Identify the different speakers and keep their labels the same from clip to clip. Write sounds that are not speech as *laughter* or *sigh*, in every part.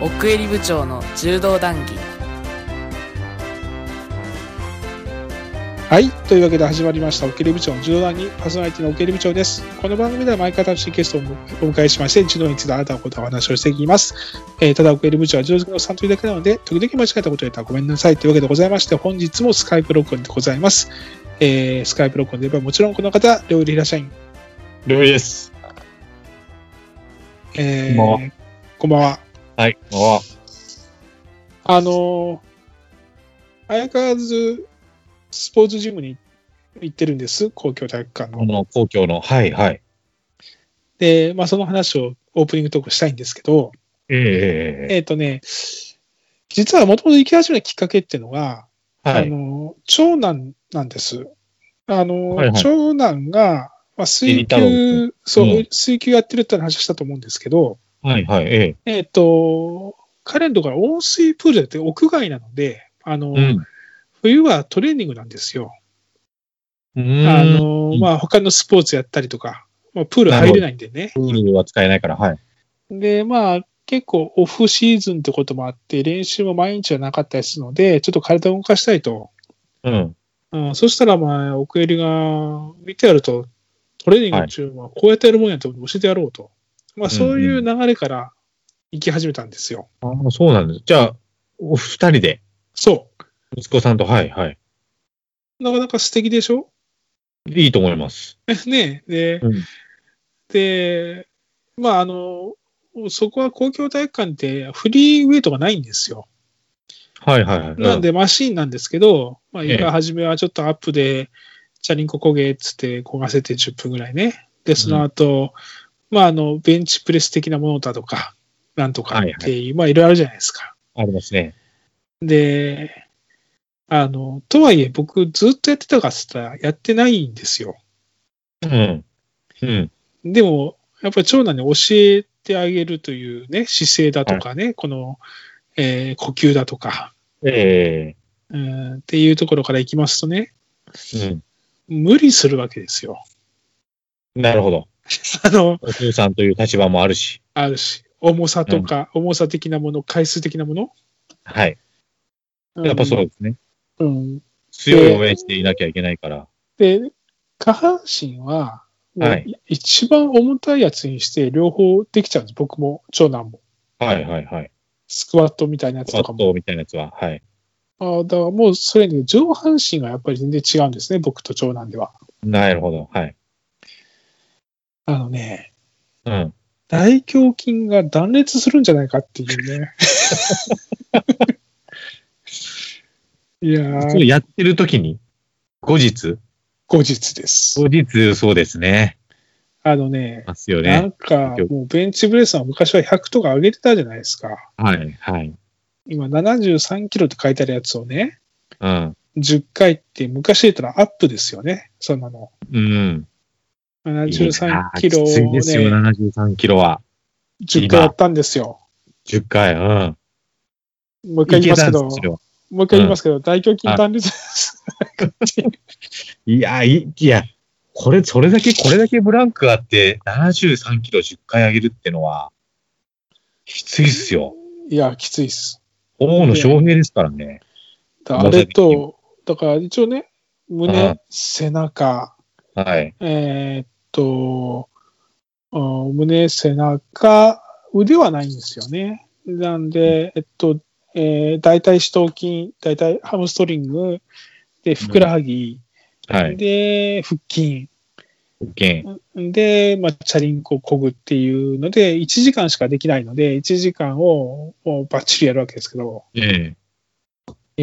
Speaker 1: 奥襟部長の柔道談義
Speaker 2: はい。というわけで始まりました、オケリ部長の柔道にパーソナリティのオケリ部長です。この番組では毎回楽しいゲストをお迎えしまして、柔道についてあなたのことをお話をしていきます。えーただ、オケリ部長は柔道のサントリーだけなので、時々間違えたことを言ったらごめんなさいというわけでございまして、本日もスカイプ録音でございます。えースカイプ録音で言えばもちろんこの方、料理いらっしゃい。
Speaker 3: 料理です。
Speaker 2: えー
Speaker 3: こんばん
Speaker 2: こんばんは。
Speaker 3: はい。お
Speaker 2: あのー相変わらず、スポーツジムに行ってるんです、公共体育館の
Speaker 3: こ。の公共の、はいはい。
Speaker 2: で、まあ、その話をオープニングトークしたいんですけど、
Speaker 3: えええええ
Speaker 2: えっ、とね、実はもともと行き始めたきっかけっていうのが、
Speaker 3: えは
Speaker 2: あ
Speaker 3: い。
Speaker 2: の長男なんです。あの、
Speaker 3: はいはい
Speaker 2: 長男が、まあ、水
Speaker 3: リタロウ
Speaker 2: 球、そう、
Speaker 3: うん
Speaker 2: 水球やってるって話したと思うんですけど、
Speaker 3: はいはい。え
Speaker 2: えっ、と、彼のところは温水プールだって屋外なので、あの、
Speaker 3: えうん。
Speaker 2: 冬はトレーニングなんですよ。
Speaker 3: う
Speaker 2: あ
Speaker 3: ーん。
Speaker 2: の
Speaker 3: う、ん
Speaker 2: まあ、他のスポーツやったりとか、まあ、プール入れないんでね。
Speaker 3: プールは使えないから、はい。
Speaker 2: で、まあ、結構オフシーズンってこともあって、練習も毎日はなかったりするので、ちょっと体を動かしたいと。
Speaker 3: うん。
Speaker 2: うん、そしたら、まあ、奥襟が見てやると、トレーニング中はこうやってやるもんやと教えてやろうと。まあ、そういう流れから行き始めたんですよ。
Speaker 3: ああ、そうなんです。じゃあ、お二人で、
Speaker 2: そ
Speaker 3: 息子さんと、はいはい。
Speaker 2: う。なかなか素敵でしょ *laughs*
Speaker 3: いいと思います。
Speaker 2: ねで、
Speaker 3: うん
Speaker 2: で、まあ、あの、そこは公共体育館ってフリーウェイトがないんですよ。
Speaker 3: はいはいはい。
Speaker 2: なんでマシンなんですけど、まあ、
Speaker 3: ええ
Speaker 2: 今初めはちょっとアップで、チャリンコ焦げっつって焦がせて10分ぐらいね。で、その後、まあ、あの、ベンチプレス的なものだとか、なんとかっていう、まあ、いろいろあるじゃないですか。
Speaker 3: うん、ありますね。
Speaker 2: で、あの、とはいえ僕ずっとやってたかっつったらやってないんですよ。
Speaker 3: うん。うん。
Speaker 2: でも、やっぱり長男に教えてあげるというね、姿勢だとかね、この、えー呼吸だとか、
Speaker 3: ええ
Speaker 2: うん、っていうところからいきますとね、
Speaker 3: うん。
Speaker 2: 無理するわけですよ。
Speaker 3: なるほど。
Speaker 2: あの、
Speaker 3: お父さんという立場もあるし。
Speaker 2: あるし、重さとか、重さ的なもの、回数的なもの。
Speaker 3: はい。やっぱそうですね。
Speaker 2: うん。うん。
Speaker 3: 強い応援していなきゃいけないから。
Speaker 2: で、下半身は、もう
Speaker 3: はい
Speaker 2: い一番重たいやつにして、両方できちゃうんです。僕も、長男も。
Speaker 3: はいはいはい。
Speaker 2: スクワットみたいなやつ
Speaker 3: パ
Speaker 2: とか
Speaker 3: ッ
Speaker 2: も。
Speaker 3: トみたいなやつは。はい。
Speaker 2: ああだからもう、それに上半身がやっぱり全然違うんですね。僕と長男では。
Speaker 3: なるほど。はい。
Speaker 2: あのね、
Speaker 3: うん。
Speaker 2: 大胸筋が断裂するんじゃないかっていうね。いやー、
Speaker 3: そうやってる時に、後日
Speaker 2: 後日です。
Speaker 3: 後日、そうですね。
Speaker 2: あのね、
Speaker 3: ますよ
Speaker 2: な
Speaker 3: ね。
Speaker 2: んか、もうベンチプレスは昔は100とか上げてたじゃないですか。
Speaker 3: はい、はい。
Speaker 2: 今73キロって書いてあるやつをね、
Speaker 3: うん。
Speaker 2: 10回って昔で言ったらアップですよね。そんなの。
Speaker 3: うん。
Speaker 2: 73キロを
Speaker 3: いやーきついですよ、
Speaker 2: ね、
Speaker 3: 73キロは。
Speaker 2: 10回やったんですよ。
Speaker 3: 10回、うん。
Speaker 2: もう一回言いますけど
Speaker 3: い、けたんですよ
Speaker 2: もう一回言いますけど、大胸筋断裂です。
Speaker 3: いやー、いいや、これ、それだけ、これだけブランクあって、73キロ10回上げるってのは、きついっすよ。
Speaker 2: いや、きついっす。
Speaker 3: 大野翔平ですからね。
Speaker 2: だあれと、だから一応ね、胸、
Speaker 3: うん
Speaker 2: 背中、
Speaker 3: はい。
Speaker 2: えーっと、うん胸、背中、腕はないんですよね。なんで、えっと、えー、大腿四頭筋、大腿ハムストリング、で、ふくらはぎ、
Speaker 3: はい。
Speaker 2: で、腹筋、
Speaker 3: OK。
Speaker 2: で、まあ、チャリンコこぐっていうので、1時間しかできないので、1時間をもうバッチリやるわけですけど、
Speaker 3: ええ。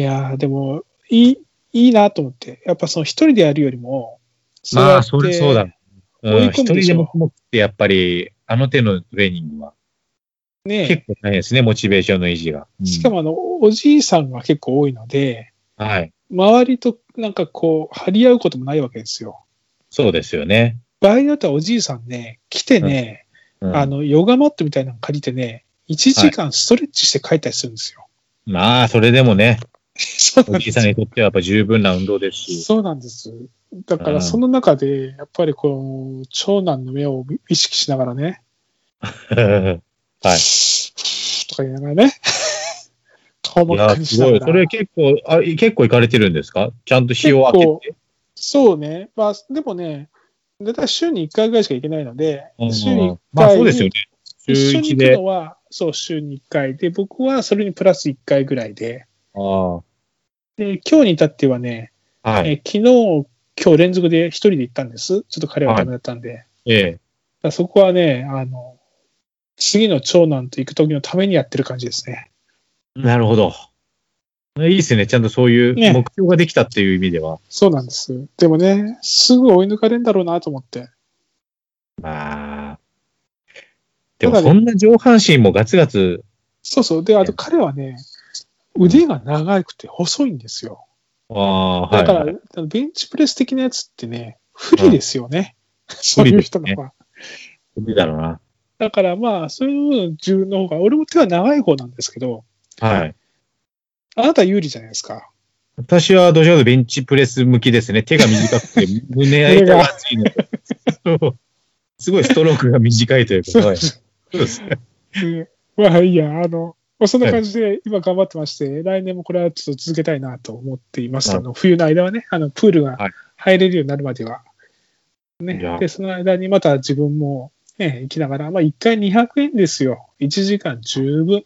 Speaker 2: いやー、でも、いい、いいなと思って、やっぱその一人でやるよりも、そう
Speaker 3: ま
Speaker 2: や
Speaker 3: あ、
Speaker 2: って
Speaker 3: それ、そうだ。うん、
Speaker 2: 追い
Speaker 3: 一
Speaker 2: 込
Speaker 3: 人
Speaker 2: むでし
Speaker 3: で
Speaker 2: ょ
Speaker 3: もこもって、やっぱり、あの手のトレーニングは、
Speaker 2: ね、
Speaker 3: 結構大変ですね、モチベーションの維持が。うん
Speaker 2: しかもあの、おじいさんが結構多いので、
Speaker 3: はい。
Speaker 2: 周りとなんかこう、張り合うこともないわけですよ。
Speaker 3: そうですよね。
Speaker 2: 場合によってはおじいさんね、来てね、
Speaker 3: うん
Speaker 2: あの、ヨガマットみたいなの借りてね、1時間ストレッチして帰ったりするんですよ。
Speaker 3: まあ、それでもね、
Speaker 2: そうな
Speaker 3: お
Speaker 2: ん
Speaker 3: じ
Speaker 2: で
Speaker 3: いさん
Speaker 2: す
Speaker 3: にとってはやっぱ十分な運動です
Speaker 2: *laughs*
Speaker 3: し、
Speaker 2: そうなんです。だからその中で、やっぱりこの、長男の目を意識しながらね、
Speaker 3: はい。
Speaker 2: ふーっとか言いながらね。 *laughs* 顔
Speaker 3: い
Speaker 2: ばっか
Speaker 3: や、
Speaker 2: りし
Speaker 3: す
Speaker 2: た
Speaker 3: ご
Speaker 2: か
Speaker 3: い。
Speaker 2: ら
Speaker 3: それ結構、あ結構行かれてるんですかちゃんと日を明けて。
Speaker 2: そうね。まあ、でもね、だいたい週に1回ぐらいしか行けないので、週
Speaker 3: うん
Speaker 2: に
Speaker 3: う
Speaker 2: 1
Speaker 3: んまあ
Speaker 2: 回
Speaker 3: そうですよね。週
Speaker 2: 一緒に行
Speaker 3: 1
Speaker 2: く
Speaker 3: で。
Speaker 2: のは、そう、週に1回で、僕はそれにプラス1回ぐらいで、
Speaker 3: ああは
Speaker 2: で、今日に至ってはね、
Speaker 3: い。
Speaker 2: え昨日、今日連続で一人で行ったんです。ちょっと彼はダメだったんで。だか
Speaker 3: ええ。
Speaker 2: らそこはね、あの、次の長男と行く時のためにやってる感じですね。
Speaker 3: なるほど。いいですね。ちゃんとそういう
Speaker 2: ね
Speaker 3: 目標ができたっていう意味では。
Speaker 2: そうなんです。でもね、すぐ追い抜かれるんだろうなと思って。
Speaker 3: まあ。でも
Speaker 2: ただね
Speaker 3: そんな上半身もガツガツ。
Speaker 2: そうそう。で、あと彼はね、腕が長くて細いんですよ。
Speaker 3: ああ、は
Speaker 2: だ
Speaker 3: い。
Speaker 2: から、あのベンチプレス的なやつってね、不利ですよね。そう
Speaker 3: 不
Speaker 2: いう
Speaker 3: 利です
Speaker 2: 人
Speaker 3: ね
Speaker 2: の方が。
Speaker 3: 無理だろうな。
Speaker 2: だからまあ、そういうの自分の方が、俺も手は長い方なんですけど、
Speaker 3: はい。
Speaker 2: あなた有利じゃないですか。
Speaker 3: 私はどちらかというとベンチプレス向きですね。手が短
Speaker 2: *laughs*
Speaker 3: くて胸板が厚いので。そうすごいストロークが短いというか。はいそうですね。
Speaker 2: でまあいいや、あの、まあ、そんな感じで今頑張ってまして、来年もこれはちょっと続けたいなと思っています。
Speaker 3: な
Speaker 2: あ
Speaker 3: る
Speaker 2: の冬の間はね、あのプールが
Speaker 3: はい
Speaker 2: 入れるようになるまでは。
Speaker 3: いや
Speaker 2: ね、で、その間にまた自分も、ね、行きながら、まあ1回200円ですよ。1時間十分。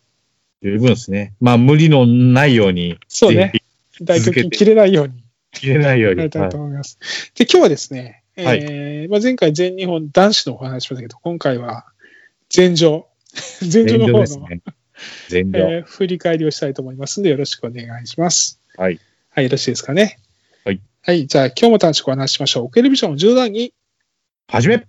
Speaker 3: 十分ですね。まあ、無理のないように。
Speaker 2: そうね。大胸筋切れないように。
Speaker 3: 切れないように。
Speaker 2: や
Speaker 3: は
Speaker 2: り
Speaker 3: い
Speaker 2: たいと思います。で、今日はですね、えーまあ、前回全日本男子のお話しましたけど、今回は全 *laughs* 場、全場の
Speaker 3: 全
Speaker 2: 方
Speaker 3: 量
Speaker 2: の、
Speaker 3: ですね。全量。
Speaker 2: えー振り返りをしたいと思いますので、よろしくお願いします。
Speaker 3: はい。
Speaker 2: はい、よろしいですかね。
Speaker 3: はい。
Speaker 2: はい、じゃあ今日も楽しくお話ししましょう。オケルビジョンの10段に、
Speaker 3: はじめ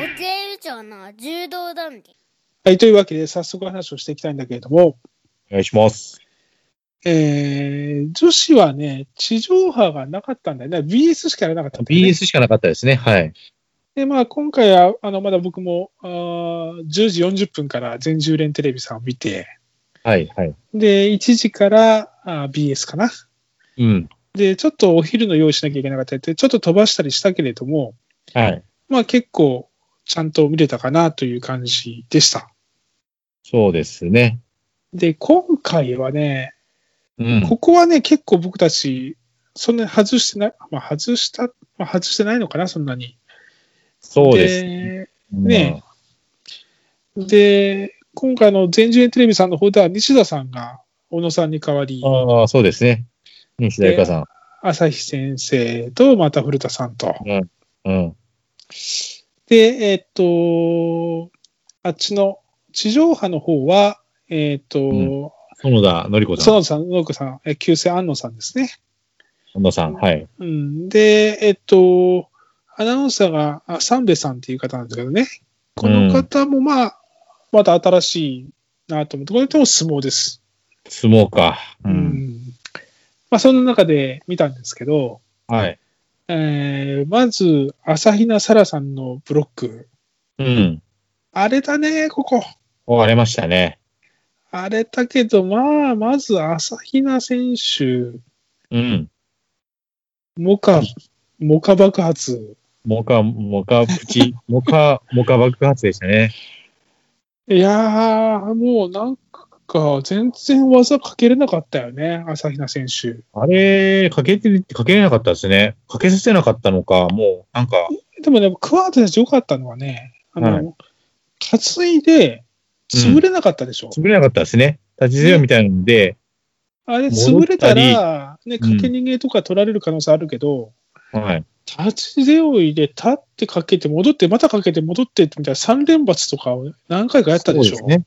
Speaker 4: お手部長の柔道団義
Speaker 2: はい、というわけで早速話をしていきたいんだけれども、
Speaker 3: お願いします。
Speaker 2: えー女子はね、地上波がなかったんだよね。BS しかやらなかったんだよね。
Speaker 3: BS しかなかったですね。はい。
Speaker 2: で、まあ、今回は、あの、まだ僕も、あー10時40分から全10連テレビさんを見て、
Speaker 3: はい、はい。
Speaker 2: で、1時からあー BS かな。
Speaker 3: うん。
Speaker 2: で、ちょっとお昼の用意しなきゃいけなかったりって、ちょっと飛ばしたりしたけれども、
Speaker 3: はい。
Speaker 2: まあ結構、ちゃんと見れたかなという感じでした。
Speaker 3: そうですね。
Speaker 2: で、今回はね、
Speaker 3: うん。
Speaker 2: ここはね、結構僕たち、そんなに外してない、まあ外した、まあ外してないのかな、そんなに。
Speaker 3: そうですね。
Speaker 2: でねで、今回の全10円テレビさんの方では、西田さんが小野さんに代わり
Speaker 3: う、んああ、そうですね。西田ゆかさ
Speaker 2: 朝日先生と、また古田さんと。
Speaker 3: ん。うん。
Speaker 2: で、えっと、あっちの地上波の方は、えっと、
Speaker 3: 園田紀子さん。
Speaker 2: 園田さん、農子さん、え旧姓安野さんですね。
Speaker 3: 園田さん。はい。
Speaker 2: うん、で、えっと、アナウンサーがあ三瓶さんっていう方なんですけどね。この方も、まあ、また新しいなと思って、これとも相撲です。
Speaker 3: 相撲か。う。
Speaker 2: うんんまあ、その中で見たんですけど、
Speaker 3: はい。
Speaker 2: えーまず、朝比奈沙羅さんのブロック。
Speaker 3: うん。
Speaker 2: 荒れたね、ここ。
Speaker 3: 終われましたね。
Speaker 2: 荒れたけど、まあ、まず朝比奈選手、
Speaker 3: うん。
Speaker 2: モカ、モカ爆発。
Speaker 3: モカ、モカプチ、 *laughs* モカ、モカ爆発でしたね。
Speaker 2: いやー、もうなんか、全然技かけれなかったよね、朝比奈選手。
Speaker 3: あれ、かけて、かけれなかったですね。かけさせなかったのか、もう、なんか、
Speaker 2: でもね、クワード選手良かったのはね、あの、
Speaker 3: はい
Speaker 2: 担いで、潰れなかったでしょ。
Speaker 3: 潰れなかったですね。立ち強いみたいなので、
Speaker 2: あれ、
Speaker 3: 戻
Speaker 2: 潰
Speaker 3: っ
Speaker 2: れ
Speaker 3: た
Speaker 2: た
Speaker 3: り
Speaker 2: ら、ね、
Speaker 3: うん
Speaker 2: 掛け逃げとか取られる可能性あるけど、
Speaker 3: はい。
Speaker 2: 立ち背負いで立ってかけて、戻って、またかけて、戻ってってみたいな3連発とかを何回かやったでしょ。
Speaker 3: そうですね。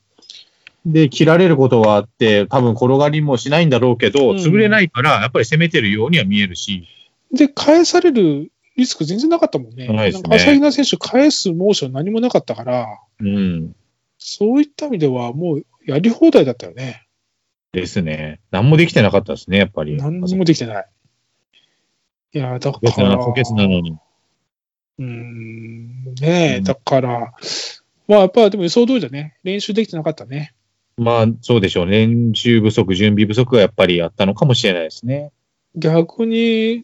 Speaker 3: で、切られることはあって、多分転がりもしないんだろうけど、
Speaker 2: うん
Speaker 3: 潰れないから、やっぱり攻めてるようには見えるし、
Speaker 2: で返されるリスク全然なかったもんね。
Speaker 3: ないですね
Speaker 2: んか朝比奈選手、返すモーション何もなかったから、
Speaker 3: うん。
Speaker 2: そういった意味では、もうやり放題だったよね。
Speaker 3: ですね。何もできてなかったですね、やっぱり。
Speaker 2: 何にもできてない。いや、だか
Speaker 3: 補欠な
Speaker 2: ら、
Speaker 3: 補欠なのに。
Speaker 2: うーん、ね
Speaker 3: う
Speaker 2: え、
Speaker 3: ん
Speaker 2: だから、まあやっぱでも予想通りだね。練習できてなかったね。
Speaker 3: まあ、そうでしょう。練習不足、準備不足がやっぱりあったのかもしれないですね。
Speaker 2: 逆に、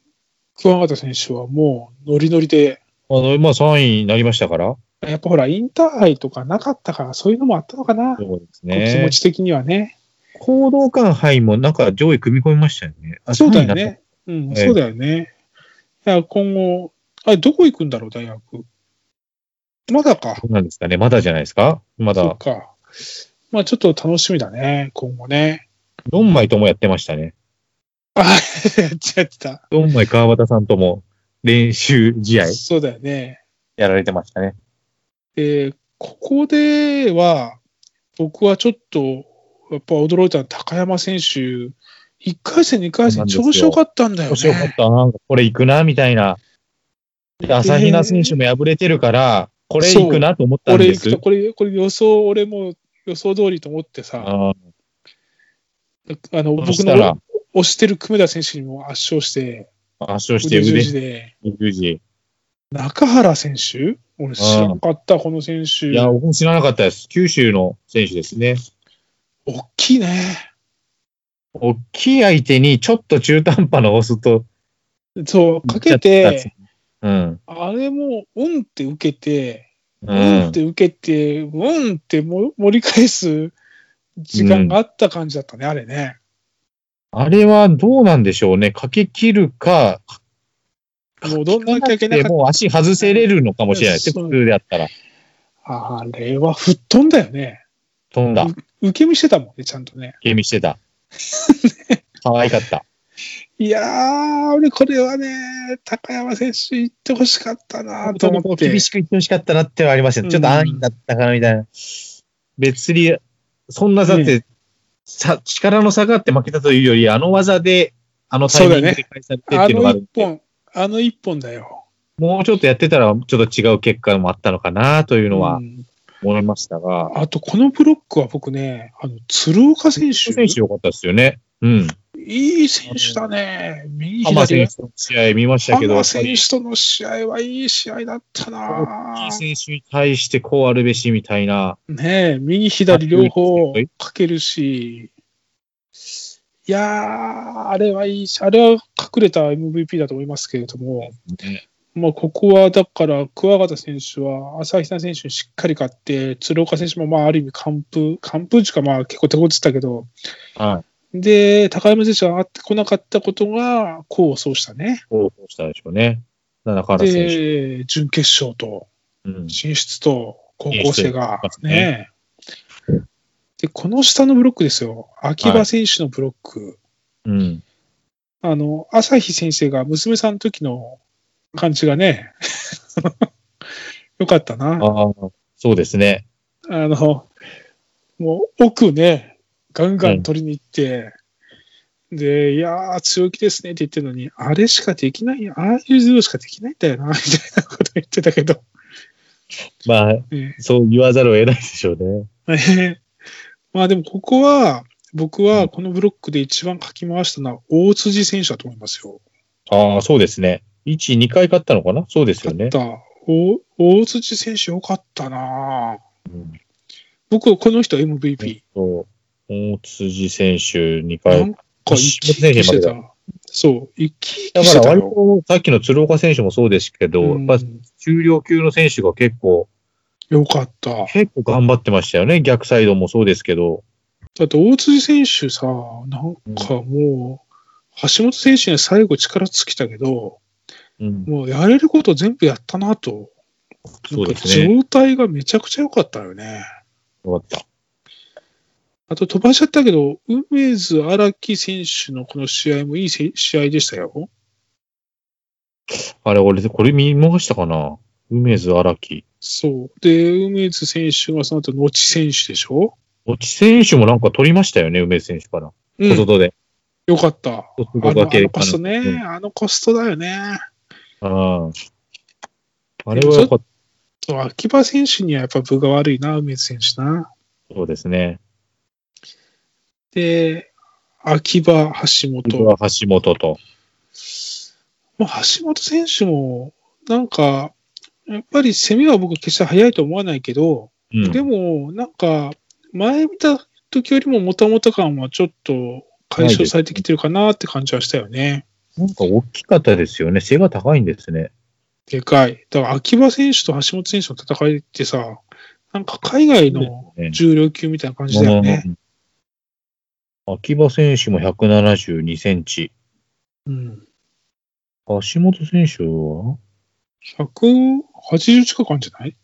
Speaker 2: 桑形選手はもうノリノリで、
Speaker 3: あの、まあ、3位になりましたから。
Speaker 2: やっぱほら、インターハイとかなかったから、そういうのもあったのかな、
Speaker 3: そうです
Speaker 2: 気
Speaker 3: ね
Speaker 2: 持。ち的にはね。
Speaker 3: 行動感杯もなんか上位組み込みましたよね。あ
Speaker 2: そうだよ
Speaker 3: 三位になっ
Speaker 2: ね。うん、
Speaker 3: ええ
Speaker 2: そうだよね。いや、今後、あれ、どこ行くんだろう、大学。まだか
Speaker 3: た。。そうなんですかね。まだじゃないですかま
Speaker 2: そ
Speaker 3: だ
Speaker 2: う、か。まあ、ちょっと楽しみだね、今後ね。 *laughs*
Speaker 3: ドンマイともやってましたね。
Speaker 2: あ、やっちゃってた。
Speaker 3: ドンマイ川端さんとも練習試合
Speaker 2: そうだよね。
Speaker 3: やられてましたね。
Speaker 2: で、ここでは、僕はちょっと、やっぱ驚いたのは高山選手、1回戦、2回
Speaker 3: そうな
Speaker 2: 戦、
Speaker 3: んですよ
Speaker 2: 調子良かったんだよ
Speaker 3: 面白かっ
Speaker 2: ね。
Speaker 3: た。なんかこれ行くな、みたいな。で朝比奈選手も敗れてるから、これ行くなと思ったん
Speaker 2: 俺
Speaker 3: で
Speaker 2: 行
Speaker 3: す
Speaker 2: くと、。これ、これ予想、俺も予想通りと思ってさ、
Speaker 3: あ
Speaker 2: あの、
Speaker 3: ーそ
Speaker 2: 僕
Speaker 3: したら
Speaker 2: の、推してる久米田選手にも圧勝して、
Speaker 3: 圧勝して
Speaker 2: 腕十字
Speaker 3: 腕
Speaker 2: で、
Speaker 3: 十字。
Speaker 2: 中原選手俺知らなかった、この選手
Speaker 3: い。や、僕も知らなかったです。九州の選手ですね。
Speaker 2: 大きいね。
Speaker 3: 大きい相手にちょっと中途半端な押すと。
Speaker 2: そう、かけて、、
Speaker 3: うん。
Speaker 2: あれも、うんって受けて、
Speaker 3: う
Speaker 2: うんっ
Speaker 3: ん。
Speaker 2: て受けて、うんっても盛り返す時間があった感じだったね、あれね。
Speaker 3: あれはどうなんでしょうね。かけ切るか、
Speaker 2: もうどんなきゃいけな
Speaker 3: で
Speaker 2: かっ
Speaker 3: もう足外せれるのかもしれないです
Speaker 2: そう
Speaker 3: ね。普通であったら。
Speaker 2: た。あれは吹っ飛んだよね。
Speaker 3: 飛んだ。
Speaker 2: 受け身してたもんね、ちゃんとね。
Speaker 3: ゲー
Speaker 2: *laughs*
Speaker 3: ムしてた。可愛かった。
Speaker 2: いやー、俺これはね、高山選手行ってほしかったなと思って
Speaker 3: 厳。しく言ってほしかったなってのはありましたね。
Speaker 2: うん
Speaker 3: ちょっと安易だったかなみたいな。別に、そんなだって、さ力の差があって負けたというより、あの技で、あのタイミングで返されてっ
Speaker 2: あ
Speaker 3: ていうのがあ
Speaker 2: の
Speaker 3: るん
Speaker 2: 一
Speaker 3: で、
Speaker 2: 本、あの一本だよ。
Speaker 3: もうちょっとやってたら、ちょっと違う結果もあったのかなというのは
Speaker 2: うん
Speaker 3: 思いましたが、
Speaker 2: あと、このブロックは僕ね、あの鶴岡選手、
Speaker 3: 選手良かったですよね。うん。
Speaker 2: いい選手だね。右
Speaker 3: 浜
Speaker 2: 左
Speaker 3: 選手の試合見ましたけど、や
Speaker 2: 浜
Speaker 3: っぱり
Speaker 2: 選手との試合はいい試合だったな
Speaker 3: 大きい選手に対してこうあるべしみたいな、
Speaker 2: ねえ、右左両方かけるし、いやー、あれはいいし、あれは隠れた MVP だと思いますけれども、
Speaker 3: ね
Speaker 2: まあ、ここはだから、桑形選手は朝比奈選手にしっかり勝って、鶴岡選手もまあある意味完封、完封時かまあ結構手こずったけど、
Speaker 3: はい。
Speaker 2: で、高山選手が上がってこなかったことが、功を奏したね。
Speaker 3: こうしたでしょうね。七原選手。
Speaker 2: で、準決勝と
Speaker 3: うん
Speaker 2: 進出と高校生が
Speaker 3: 進出ですね
Speaker 2: ね。で、この下のブロックですよ。秋葉選手のブロック。
Speaker 3: うん。
Speaker 2: あの、朝日先生が娘さんの時の感じがね、 *laughs* よかったな。あ
Speaker 3: ああ、そうですね。
Speaker 2: の、もう奥ね、ガンガン取りに行って、で、いやー、強気ですねって言ってるのに、あれしかできない、ああいうズルしかできないんだよな、みたいなこと言ってたけど。
Speaker 3: まあ、
Speaker 2: ね
Speaker 3: そう言わざるを得ないでしょうね。
Speaker 2: ね *laughs* まあでもここは、僕はこのブロックで一番かき回したのは大辻選手だと思いますよ。
Speaker 3: ああ、そうですね。1、2回勝ったのかなそうですよ
Speaker 2: 勝っ
Speaker 3: ね。
Speaker 2: た。お大辻選手よかったなぁ
Speaker 3: うん
Speaker 2: 僕、この人 MVP。
Speaker 3: そう。大辻選手2
Speaker 2: な
Speaker 3: 回
Speaker 2: ん。か生き生きしてた。そう、生き生
Speaker 3: だ
Speaker 2: き
Speaker 3: か
Speaker 2: して
Speaker 3: ら
Speaker 2: た
Speaker 3: 割
Speaker 2: よ。
Speaker 3: とさっきの鶴岡選手もそうですけど、
Speaker 2: うん
Speaker 3: やっぱ中量級の選手が結構、
Speaker 2: よかった。だ
Speaker 3: 結構頑張ってましたよね。逆サイドもそうですけど。
Speaker 2: って大辻選手さ、なんかもう、橋本選手には最後力尽きたけど、
Speaker 3: うん、
Speaker 2: もうやれること全部やったなと。
Speaker 3: そうですね。
Speaker 2: 状態がめちゃくちゃ良かったよね。
Speaker 3: よかった。
Speaker 2: あと飛ばしちゃったけど、梅津荒木選手のこの試合もいいせ試合でしたよ。
Speaker 3: あれ、俺、これ見逃したかな梅津荒木。
Speaker 2: そう。で、梅津選手がその後、後選手でしょ
Speaker 3: 落ち選手もなんか取りましたよね、梅津選手から。
Speaker 2: う
Speaker 3: 小
Speaker 2: ん。
Speaker 3: 外で。
Speaker 2: よかった。あ
Speaker 3: 小
Speaker 2: のあ
Speaker 3: 外系
Speaker 2: のコスト
Speaker 3: うん
Speaker 2: ね。あのコストだよね。
Speaker 3: うんあれはやっぱ
Speaker 2: そう秋葉選手にはやっぱ分が悪いな、梅津選手な。
Speaker 3: そうですね。
Speaker 2: で、秋葉、橋
Speaker 3: 僕
Speaker 2: 本。
Speaker 3: は橋本と。
Speaker 2: まあ、橋本選手も、なんか、やっぱり攻めは僕決して早いと思わないけど、
Speaker 3: うん
Speaker 2: でも、なんか、前見た時よりももたもた感はちょっと解消されてきてるかなって感じはしたよね。
Speaker 3: なんか大きかったですよね。背が高いんですね。
Speaker 2: でかい。だから秋葉選手と橋本選手の戦いってさ、なんか海外の
Speaker 3: ね
Speaker 2: 重量級みたいな感じだよね。
Speaker 3: うん秋葉選手も172センチ。
Speaker 2: うん。
Speaker 3: 橋本選手は
Speaker 2: 180近くあるんじゃない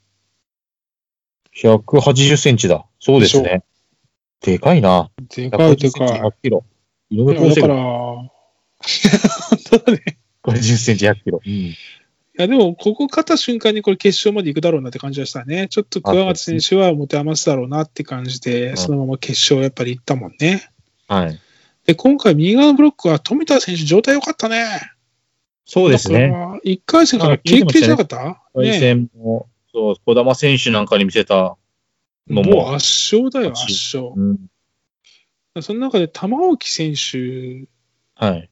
Speaker 3: 180センチだ。そうですね。でかいな。
Speaker 2: でかいでかい。
Speaker 3: 180 100キロ。井
Speaker 2: い
Speaker 3: 上
Speaker 2: やだ
Speaker 3: 康生
Speaker 2: から、
Speaker 3: が
Speaker 2: い
Speaker 3: 150センチ100キロ。うん
Speaker 2: やでも、ここ勝った瞬間にこれ決勝まで行くだろうなって感じがしたね。ちょっと桑形選手は持て余すだろうなって感じ
Speaker 3: う
Speaker 2: で、
Speaker 3: ん
Speaker 2: そのまま決勝やっぱり行ったもんね。
Speaker 3: はい。
Speaker 2: で、今回右側のブロックは富田選手状態良かったね。
Speaker 3: そうです
Speaker 2: だか
Speaker 3: ね。
Speaker 2: ら。1回戦から経験じゃなかった
Speaker 3: 対
Speaker 2: ね。
Speaker 3: 戦も、そう、小玉選手なんかに見せた
Speaker 2: も
Speaker 3: の
Speaker 2: う
Speaker 3: も、
Speaker 2: 圧勝だよ、
Speaker 3: 圧
Speaker 2: 圧勝。
Speaker 3: うん
Speaker 2: その中で玉置選手
Speaker 3: はい。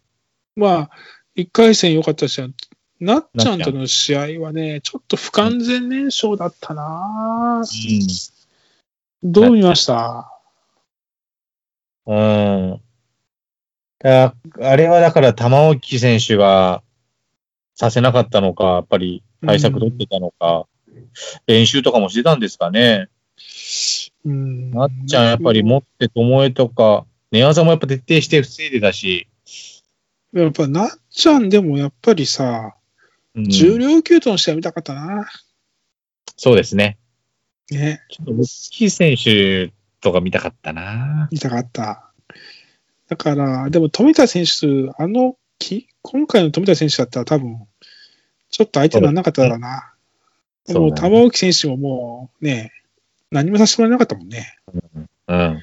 Speaker 2: まあ、1回戦良かったし、なっちゃんとの試合はね、ちょっと不完全燃焼だったなぁ、どう見ました
Speaker 3: うん。だあれはだから、玉置選手がさせなかったのか、やっぱり対策取ってたのか、練習とかもしてたんですかね。
Speaker 2: うん。
Speaker 3: なっちゃん、やっぱり持って、巴とか、寝技もやっぱ徹底して防いでたし、
Speaker 2: やっぱなっちゃんでもやっぱりさ、
Speaker 3: うん
Speaker 2: 重量級との試合見たかったな
Speaker 3: そうですね。
Speaker 2: ね、
Speaker 3: ちょっと大きい選手とか見たかったな。
Speaker 2: 見たかった。だから、でも富田選手、あの、き今回の富田選手だったら多分、ちょっと相手にならなかっただろうな。で
Speaker 3: そう
Speaker 2: も
Speaker 3: だね
Speaker 2: 玉置選手ももうね、何もさせてもらえなかったもんね。
Speaker 3: うん。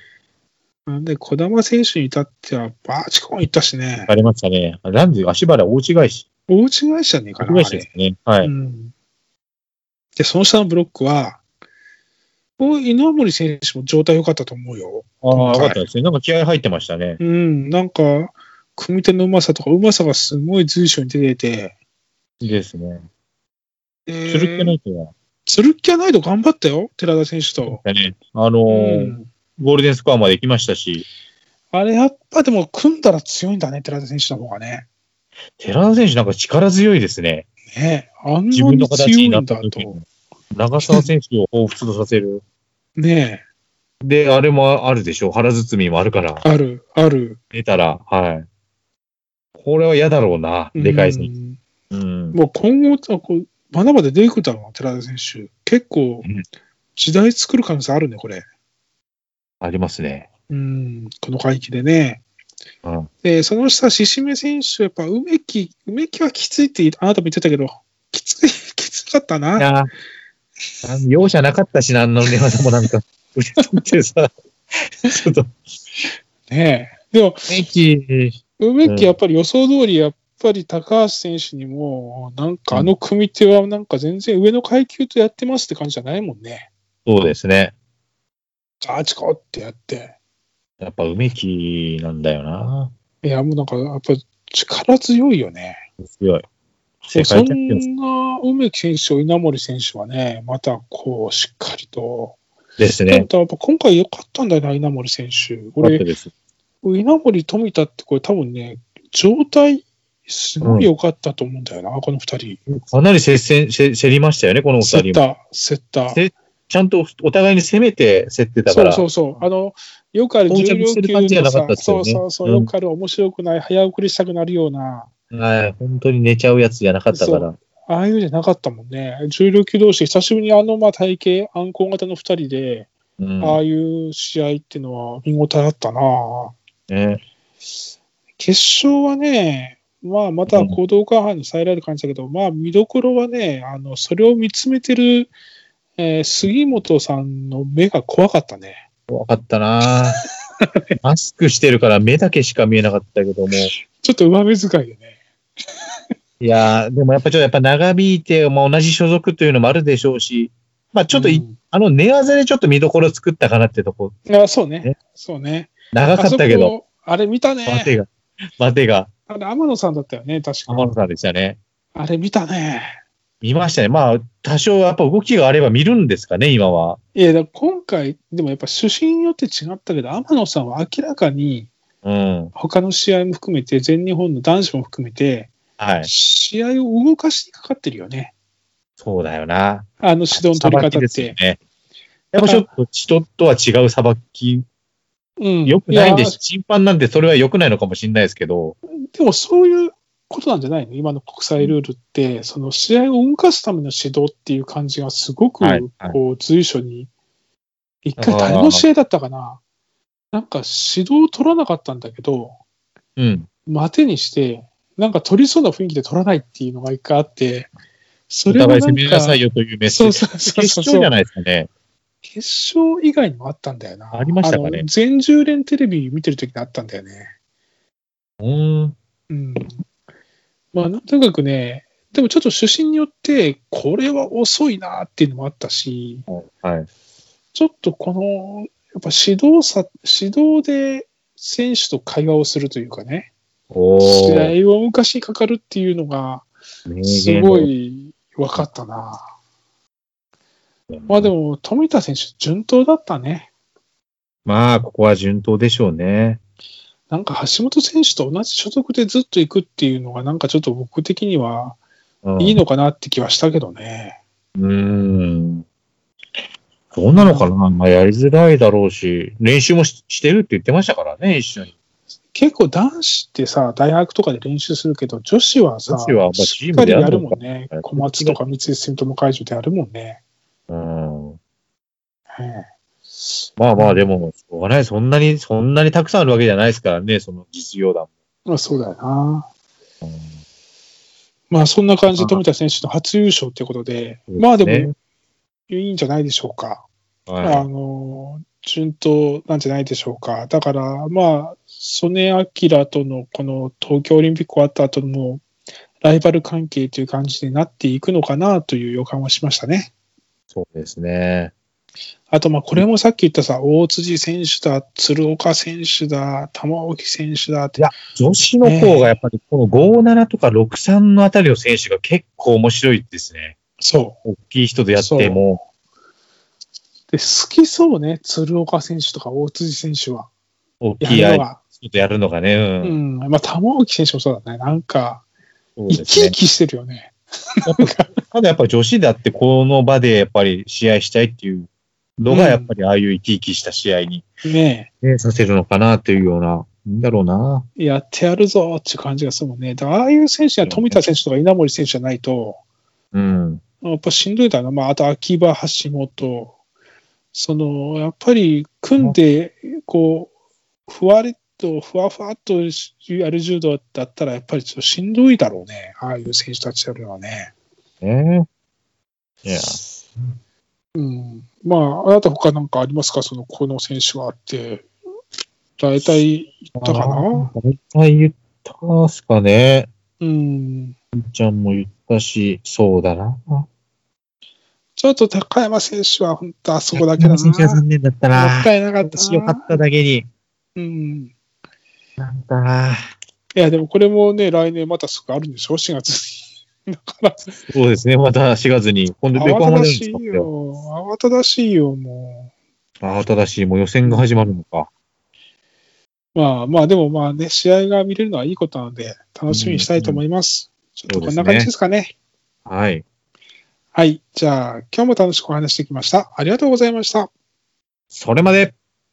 Speaker 2: なんで、児玉選手に至っては、バーチコン行ったしね、
Speaker 3: ありましたね。ランジ、足原大違いし。
Speaker 2: 大違いじゃねえか
Speaker 3: 大
Speaker 2: な、
Speaker 3: 違
Speaker 2: あ
Speaker 3: いしで
Speaker 2: れ
Speaker 3: す。ね。は
Speaker 2: う
Speaker 3: い。
Speaker 2: ん、で、その下のブロックは、こう稲森選手も状態良かったと思うよ。
Speaker 3: ああ、よかったですね。なんか気合入ってましたね。
Speaker 2: うん、なんか、組み手のうまさとか、うまさがすごい随所に出てて、
Speaker 3: いいですね。
Speaker 2: で
Speaker 3: つるっけないとは。
Speaker 2: つるっきゃないと頑張ったよ、寺田選手と。
Speaker 3: だね。あのー
Speaker 2: うん
Speaker 3: ゴールデンスコアまで行きましたし、
Speaker 2: あれ、やっぱでも、組んだら強いんだね、寺田選手の方がね。
Speaker 3: 寺田選手なんか力強いですね。
Speaker 2: ねあんなに
Speaker 3: 自分の
Speaker 2: 強
Speaker 3: 形
Speaker 2: い
Speaker 3: に
Speaker 2: ん
Speaker 3: な
Speaker 2: だ
Speaker 3: った時
Speaker 2: と。
Speaker 3: に。長澤選手を彷彿とさせる。
Speaker 2: ね
Speaker 3: で、あれもあるでしょう。腹包みもあるから
Speaker 2: え、、ある、ある。
Speaker 3: 出たら、はい。これは嫌だろうな、でかい選手。
Speaker 2: うん
Speaker 3: うん。
Speaker 2: もう今後あこう、まだまだ出てくるだろうな、寺田選手。結構
Speaker 3: うん、
Speaker 2: 時代作る可能性あるね、これ。
Speaker 3: ありますね。
Speaker 2: うん、この回帰でね。
Speaker 3: うん。
Speaker 2: で、その下、獅子目選手、やっぱ梅木、梅木はきついって、あなたも言ってたけど、きつい、きつかった
Speaker 3: い
Speaker 2: な。
Speaker 3: やー、容赦なかったしな、あの寝技もなんか。 *laughs* 腕取ってさ、ちょっと、
Speaker 2: ねえ。でも、
Speaker 3: メキ、
Speaker 2: 梅木やっぱり予想通り、やっぱり高橋選手にも、なんかあの組手はなんか全然上の階級とやってますって感じじゃないもんね。
Speaker 3: そうですね。
Speaker 2: ガーチコってやって。
Speaker 3: やっぱ梅木なんだよな。
Speaker 2: いや、もうなんか、やっぱ力強いよね。
Speaker 3: 強い。世
Speaker 2: そ
Speaker 3: 界
Speaker 2: ん
Speaker 3: チャンピオン
Speaker 2: な梅木選手を稲森選手はね、またこう、しっかりと。
Speaker 3: です
Speaker 2: でも
Speaker 3: ね。
Speaker 2: やっぱ今回良かったんだよな、稲森選手。
Speaker 3: よか
Speaker 2: 俺
Speaker 3: っ、たです
Speaker 2: 稲森富田ってこれ多分ね、状態、すごい良かったと思うんだよな、この二人。
Speaker 3: かなり接戦、せ競りましたよね、このお
Speaker 2: セ
Speaker 3: 二
Speaker 2: ッ
Speaker 3: 人も。
Speaker 2: ター、セッター。
Speaker 3: セッちゃんとお互いに攻めて競ってたか
Speaker 2: そ
Speaker 3: ら。
Speaker 2: うそうそう。あの、よくある重量
Speaker 3: 到着してる
Speaker 2: 級
Speaker 3: 感じじゃ
Speaker 2: の
Speaker 3: なか
Speaker 2: さ
Speaker 3: っ、たっす
Speaker 2: そ
Speaker 3: よ
Speaker 2: う
Speaker 3: ね
Speaker 2: そうそう、
Speaker 3: うん
Speaker 2: よくある面白くない、早送りしたくなるような、
Speaker 3: はい。本当に寝ちゃうやつじゃなかったか
Speaker 2: そ
Speaker 3: ら。
Speaker 2: ああいうじゃなかったもんね。重量級同士、久しぶりにあの、まあ、体型、アンコン型の二人で、
Speaker 3: うん。
Speaker 2: ああいう試合っていうのは見応えあったな
Speaker 3: ね、
Speaker 2: 決勝はね、まあ、また行動過半に抑えられる感じだけど、まあ、見どころはね、あの、それを見つめてる、えー杉本さんの目が怖かったね。
Speaker 3: 怖かったな
Speaker 2: *laughs*
Speaker 3: マスクしてるから目だけしか見えなかったけども。
Speaker 2: ちょっと上目遣いでね。
Speaker 3: いやーでもやっぱちょっとやっぱ長引いて、まあ、同じ所属というのもあるでしょうし、まあちょっとい、
Speaker 2: うん
Speaker 3: あの寝技でちょっと見どころ作ったかなってとこ、
Speaker 2: あそうね
Speaker 3: ね。
Speaker 2: そうね。
Speaker 3: 長かったけ
Speaker 2: あそ
Speaker 3: ど、
Speaker 2: こ。あれ見た
Speaker 3: 待
Speaker 2: ね。
Speaker 3: てが、待てが、
Speaker 2: あれ、天野さんだったよね、確か。
Speaker 3: 天野さんでしたね。
Speaker 2: あれ見たね。
Speaker 3: 見ましたね。まあ、多少やっぱ動きがあれば見るんですかね、今は。
Speaker 2: いや、だから今回、でもやっぱ主審によって違ったけど、天野さんは明らかに、
Speaker 3: うん。
Speaker 2: 他の試合も含めて、全日本の男子も含めて、
Speaker 3: はい。
Speaker 2: 試合を動かしにかかってるよね。
Speaker 3: そうだよな。
Speaker 2: あの指導の取り
Speaker 3: さば
Speaker 2: 方
Speaker 3: き
Speaker 2: っ
Speaker 3: ですよ
Speaker 2: て。
Speaker 3: ね。やっぱちょっと人とは違うさばき、
Speaker 2: うん。
Speaker 3: 良くないんで
Speaker 2: や
Speaker 3: す。審判なんでそれは良くないのかもしれないですけど、
Speaker 2: でもそういうことなんじゃないの今の国際ルールって、その試合を動かすための指導っていう感じがすごく、
Speaker 3: はいはい
Speaker 2: こう、随所に、一回
Speaker 3: あー
Speaker 2: 誰の試合だったかななんか指導を取らなかったんだけど、
Speaker 3: うん。
Speaker 2: 待てにして、なんか取りそうな雰囲気で取らないっていうのが一回あって、そ
Speaker 3: お
Speaker 2: れはな
Speaker 3: 互
Speaker 2: ん
Speaker 3: い
Speaker 2: か
Speaker 3: 攻めなさいよというメッセ
Speaker 2: そ
Speaker 3: ー
Speaker 2: う
Speaker 3: ジ。
Speaker 2: そうそう
Speaker 3: 決
Speaker 2: そう。
Speaker 3: 勝じゃないですかね。
Speaker 2: 決勝以外にもあったんだよな。
Speaker 3: ありましたかね
Speaker 2: あの全10連テレビ見てる時にあったんだよね。
Speaker 3: うん。
Speaker 2: うん。まあ、とにかくね、でもちょっと主審によって、これは遅いなっていうのもあったし、
Speaker 3: はい。
Speaker 2: ちょっとこの、やっぱ指導さ、指導で選手と会話をするというかね、
Speaker 3: おー。
Speaker 2: 試合を昔にかかるっていうのが、
Speaker 3: 名
Speaker 2: す
Speaker 3: 言
Speaker 2: ごい分かったな。まあでも、富田選手、順当だったね。
Speaker 3: まあ、ここは順当でしょうね。
Speaker 2: なんか橋本選手と同じ所属でずっと行くっていうのが、なんかちょっと僕的には
Speaker 3: うん、
Speaker 2: いいのかなって気はしたけどね。
Speaker 3: うーん。どうなのかなまあ、やりづらいだろうし、練習もししてるって言ってましたからね、一緒に。
Speaker 2: 結構男子ってさ、大学とかで練習するけど、女子はさ、
Speaker 3: 女子はまあ
Speaker 2: しっかりやるもん
Speaker 3: チ
Speaker 2: ね
Speaker 3: やるの。か
Speaker 2: 小松とか三井住友会場でやるもんね。
Speaker 3: うん。
Speaker 2: はい
Speaker 3: まあまあ、でも、しょうがない。そんなに、そんなにたくさんあるわけじゃないですからね、その実業団も。
Speaker 2: まあそうだよな。
Speaker 3: うん
Speaker 2: まあそんな感じで富田選手の初優勝ってことで、
Speaker 3: うん
Speaker 2: まあで
Speaker 3: そうです
Speaker 2: も、いいんじゃないでしょうか。あ
Speaker 3: は
Speaker 2: の、順当なんじゃないでしょうか。だから、まあ、曽根明とのこの東京オリンピック終わった後のライバル関係という感じになっていくのかなという予感はしましたね。
Speaker 3: そうですね。
Speaker 2: あと、まあ、これもさっき言ったさ、大辻選手だ、鶴岡選手だ、玉置選手だって。
Speaker 3: いや女子の方がやっぱり、この57とか63のあたりの選手が結構面白いですね。
Speaker 2: そ
Speaker 3: 大きい人でやっても。
Speaker 2: う。で、好きそうね、鶴岡選手とか大辻選手は。
Speaker 3: 大
Speaker 2: や
Speaker 3: きい
Speaker 2: るの
Speaker 3: 相
Speaker 2: が。
Speaker 3: 手とやるのがね、
Speaker 2: う
Speaker 3: うん。
Speaker 2: ん。まあ、玉置選手もそうだね。なんか、
Speaker 3: そう
Speaker 2: 生き
Speaker 3: ですね
Speaker 2: 生きしてるよね。
Speaker 3: ただやっぱ女子だってこの場でやっぱり試合したいっていうのがやっぱりああいう生き生きした試合に、
Speaker 2: ねえ。
Speaker 3: ねさせるのかなというような、なんだろうな。
Speaker 2: やってやるぞっていう感じがするもんね。だからああいう選手は富田選手とか稲森選手じゃないと、
Speaker 3: うん。
Speaker 2: やっぱしんどいだろうな。まあ、あと秋葉、橋本、その、やっぱり組んで、こう、ふわりと、ふわふわっとやる柔道だったら、やっぱりちょっとしんどいだろうね。ああいう選手たちやるのはね。
Speaker 3: ねいや、
Speaker 2: うん。まあ、あなた他なんかありますかその、この選手はって。大体言ったかな
Speaker 3: 大体言ったっすかね。
Speaker 2: うん。
Speaker 3: みっちゃんも言ったし、そうだな。
Speaker 2: ちょっと高山選手は本当あそこだけだな。
Speaker 3: 選手は残念だった
Speaker 2: も
Speaker 3: な
Speaker 2: っ。たいなかったな。
Speaker 3: 私よかっただけに。
Speaker 2: うん。
Speaker 3: なんだな。
Speaker 2: いや、でもこれもね、来年またすぐあるんでしょ ?4 月に。だ *laughs* から、
Speaker 3: そうですね。また4月に、今度横
Speaker 2: 慌た
Speaker 3: 浜
Speaker 2: だ
Speaker 3: でや
Speaker 2: し
Speaker 3: る
Speaker 2: い
Speaker 3: んですか
Speaker 2: よ。慌ただしいよ、も
Speaker 3: 慌ただしい。もう予選が始まるのか。
Speaker 2: う。まあまあ、でもまあね、試合が見れるのはいいことなので、楽しみにしたいと思います。ちょっとこんな感じですかね。
Speaker 3: はい。
Speaker 2: はい。じゃあ、今日も楽しくお話してきました。ありがとうございました。
Speaker 3: それまで